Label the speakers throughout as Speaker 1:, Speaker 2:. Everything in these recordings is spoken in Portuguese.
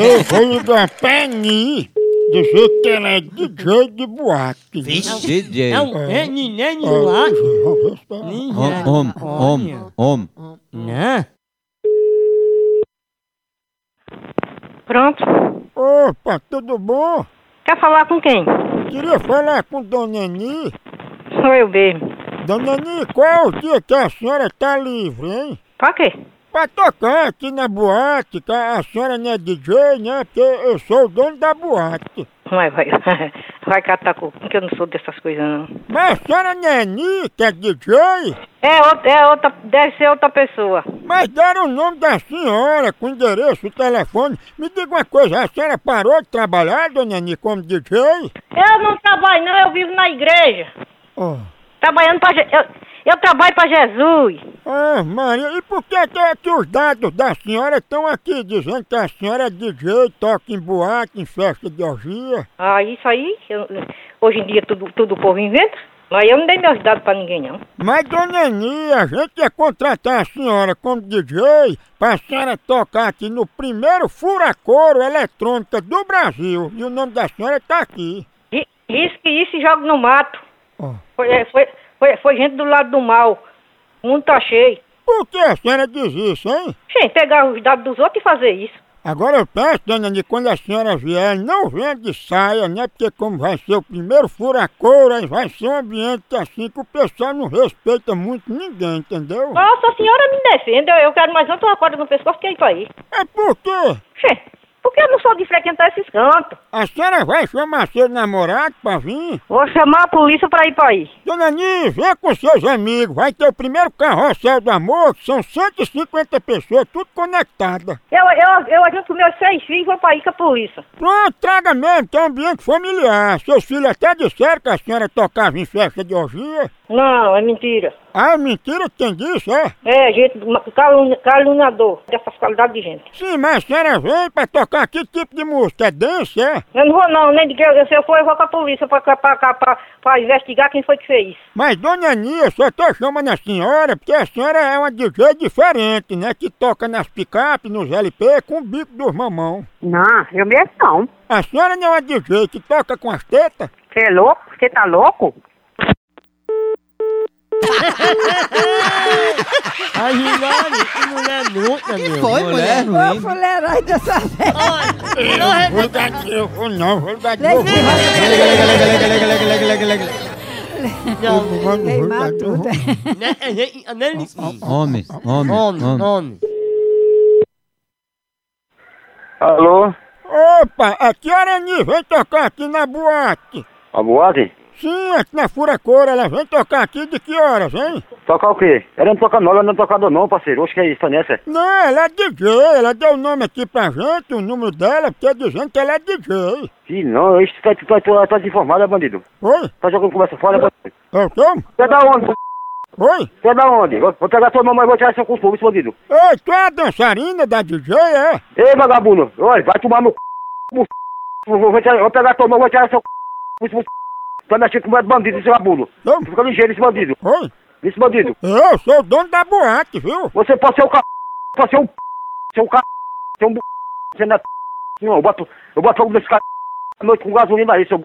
Speaker 1: Eu vou ligar pra Ani, do jeito que ela é DJ de boate.
Speaker 2: Vixe.
Speaker 3: DJ.
Speaker 2: Não, é ninguém
Speaker 1: Ah.
Speaker 2: lá.
Speaker 1: Hum.
Speaker 3: Om, om, om, om.
Speaker 2: Não.
Speaker 4: Pronto.
Speaker 1: Opa, tudo bom?
Speaker 4: Quer falar com quem?
Speaker 1: Queria falar com Dona Ani.
Speaker 4: Sou eu mesmo.
Speaker 1: Dona Ani, qual é o dia que a senhora tá livre, hein?
Speaker 4: Pra quê?
Speaker 1: Pra tocar aqui na boate, que a senhora não é DJ, né? Porque eu sou o dono da boate.
Speaker 4: Vai, vai. Vai catar cu, que eu não sou dessas coisas, não.
Speaker 1: Mas a senhora não é Ani, que é DJ?
Speaker 4: É outra, é outra, deve ser outra pessoa.
Speaker 1: Mas deram o nome da senhora, com endereço, telefone. Me diga uma coisa, a senhora parou de trabalhar, Dona Ani, como DJ?
Speaker 4: Eu não trabalho, não. Eu vivo na igreja.
Speaker 1: Oh.
Speaker 4: Trabalhando pra... Je- Eu, eu trabalho pra Jesus.
Speaker 1: Ah, Maria, e por que, que, é que os dados da senhora estão aqui dizendo que a senhora é DJ, toca em boate, em festa de orgia?
Speaker 4: Ah, isso aí... eu- hoje em dia tudo, tudo o povo inventa. Mas eu não dei meus dados pra ninguém, não.
Speaker 1: Mas, dona Ani, a gente ia contratar a senhora como DJ pra senhora tocar aqui no primeiro furacoro eletrônica do Brasil. E o nome da senhora tá aqui.
Speaker 4: E, isso que isso e joga no mato.
Speaker 1: Ó.
Speaker 4: Foi, é, foi, foi, foi gente do lado do mal. O mundo tá cheio.
Speaker 1: Por que a senhora diz isso, hein?
Speaker 4: Gente, pegar os dados dos outros e fazer isso.
Speaker 1: Agora eu peço, dona Ani, quando a senhora vier, não venha de saia, né? Porque como vai ser o primeiro furacão, aí vai ser um ambiente assim que o pessoal não respeita muito ninguém, entendeu?
Speaker 4: Nossa senhora me defenda, eu- eu quero mais um, outra corda no pescoço que é isso aí.
Speaker 1: É porque
Speaker 4: Gente, por que eu não sou de frequentar esses cantos?
Speaker 1: a senhora vai chamar seu namorado pra vir?
Speaker 4: Vou chamar a polícia pra ir pra aí.
Speaker 1: Dona Ani, vem com seus amigos, vai ter o primeiro carrossel do amor, que são 150 pessoas, tudo conectada.
Speaker 4: Eu, eu, eu ajunto meus seis filhos e vou pra aí com a polícia.
Speaker 1: Pronto, traga mesmo, tem um ambiente familiar. Seus filhos até disseram que a senhora tocava em festa de orgia.
Speaker 4: Não, é mentira.
Speaker 1: Ah, mentira que tem disso, é?
Speaker 4: É, gente, ma- calun- caluniador dessas qualidades de gente.
Speaker 1: Sim, mas a senhora veio pra tocar que tipo de música? É dance, é?
Speaker 4: Eu não vou não, nem de que eu, se eu for eu vou com a polícia pra, pra, pra, pra, pra investigar quem foi que fez.
Speaker 1: Mas, dona Aninha, eu só tô chamando a senhora porque a senhora é uma DJ diferente, né? Que toca nas picapes, nos LP, com o bico dos mamão.
Speaker 5: Não, é eu mesmo não.
Speaker 1: A senhora não é uma DJ que toca com as tetas?
Speaker 5: Você é louco? Você tá louco?
Speaker 2: A Hilary, que mulher nunca, meu.
Speaker 3: Foi, mulher ruim.
Speaker 6: Mulherai dessa vez.
Speaker 1: Eu não vou dar de novo, não, vou dar de novo.
Speaker 2: Não,
Speaker 6: Queimar tudo.
Speaker 2: né, a gente- nem ninguém.
Speaker 3: Homens, homens,
Speaker 2: Homem,
Speaker 3: homens.
Speaker 2: homem.
Speaker 7: Alô?
Speaker 1: Opa, a senhora Aninha vem tocar aqui na boate.
Speaker 7: A boate?
Speaker 1: Sim, aqui na Furacora, ela vem tocar aqui de que horas, hein?
Speaker 7: Tocar o quê? Ela não toca não, ela não é tocador não, parceiro. Oxe, que é isso, nessa?
Speaker 1: Não, ela é DJ, ela deu o nome aqui pra gente, o número dela, porque dizendo que ela é DJ.
Speaker 7: Que não, isso tá, tá, tá, tá desinformado, é bandido.
Speaker 1: Oi?
Speaker 7: Tá jogando conversa fora, é bandido.
Speaker 1: É o quê?
Speaker 7: Você é da onde? p***?
Speaker 1: Oi?
Speaker 7: Você é da onde? Vou, vou pegar sua mamãe e vou tirar seu cu fogo, esse bandido.
Speaker 1: Ei, tu é a dançarina da DJ, é?
Speaker 7: Ei, vagabundo, olha, vai tomar meu c... meu c****. Vou, vou, tirar- vou pegar sua mão, vou tirar seu c... meu c... Tá mexendo com mais bandido, esse vagabundo.
Speaker 1: Eu?
Speaker 7: Fica ligeiro, esse bandido.
Speaker 1: Oi?
Speaker 7: Esse bandido.
Speaker 1: Eu sou o dono da boate, viu?
Speaker 7: Você pode ser o c... Pode ser um c... Seu c... Seu um b... Você não é c... Não, eu boto... Eu boto fogo nesse c... à noite com gasolina aí, seu b...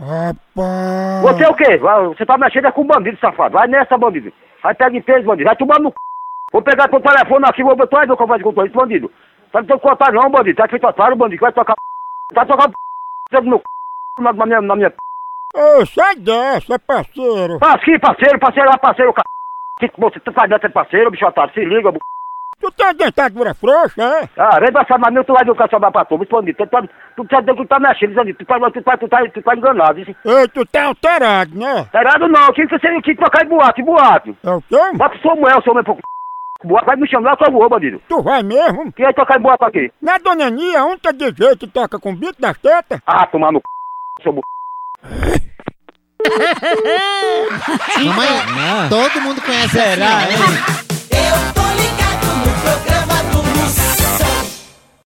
Speaker 1: Rapaz!
Speaker 7: Você é o quê? Vai- Você tá mexendo é com bandido, safado. Vai nessa, bandido. Vai pegar em peso, bandido. Vai tomar no c... Vou pegar teu telefone aqui, vou botar aí meu conversa com tu, esse bandido. Tá não tem que contar não, bandido. Tá feito otário, bandido. Vai tocar p****. Vai tocar p... no c... Na, na minha... Na minha... p****.
Speaker 1: Ô, sai dessa, parceiro!
Speaker 7: Passa aqui, parceiro, parceiro, lá, parceiro, c... Que você tá fazendo essa parceiro, bicho otário. Se liga, b...
Speaker 1: Tu tem a dentadura frouxa, é?
Speaker 7: Ah, vem pra Samarinho, tu vai educar sua pra tu, esse bandido. Tu tá... Tu tá... Tu tá mexendo, bandido. Tu tá... Tu tá... Tu tá, tu tá enganado, isso.
Speaker 1: Ei, tu tá alterado, né?
Speaker 7: Tá errado não. Tinha que você... Tinha que tocar em boate, em boate.
Speaker 1: É o quê?
Speaker 7: Bota o seu mulher, o seu homem pro c... Boa, vai me chamar, eu vou, bandido.
Speaker 1: Tu vai mesmo?
Speaker 7: Quem é tocar em boa pra quê?
Speaker 1: Na dona Aninha, a única DJ que toca com bico das tetas?
Speaker 7: Ah, tomar no c... seu b...
Speaker 8: Mamãe,
Speaker 3: Não.
Speaker 8: todo mundo conhece
Speaker 3: Será,
Speaker 8: assim, né?
Speaker 3: hein?
Speaker 9: Eu tô ligado.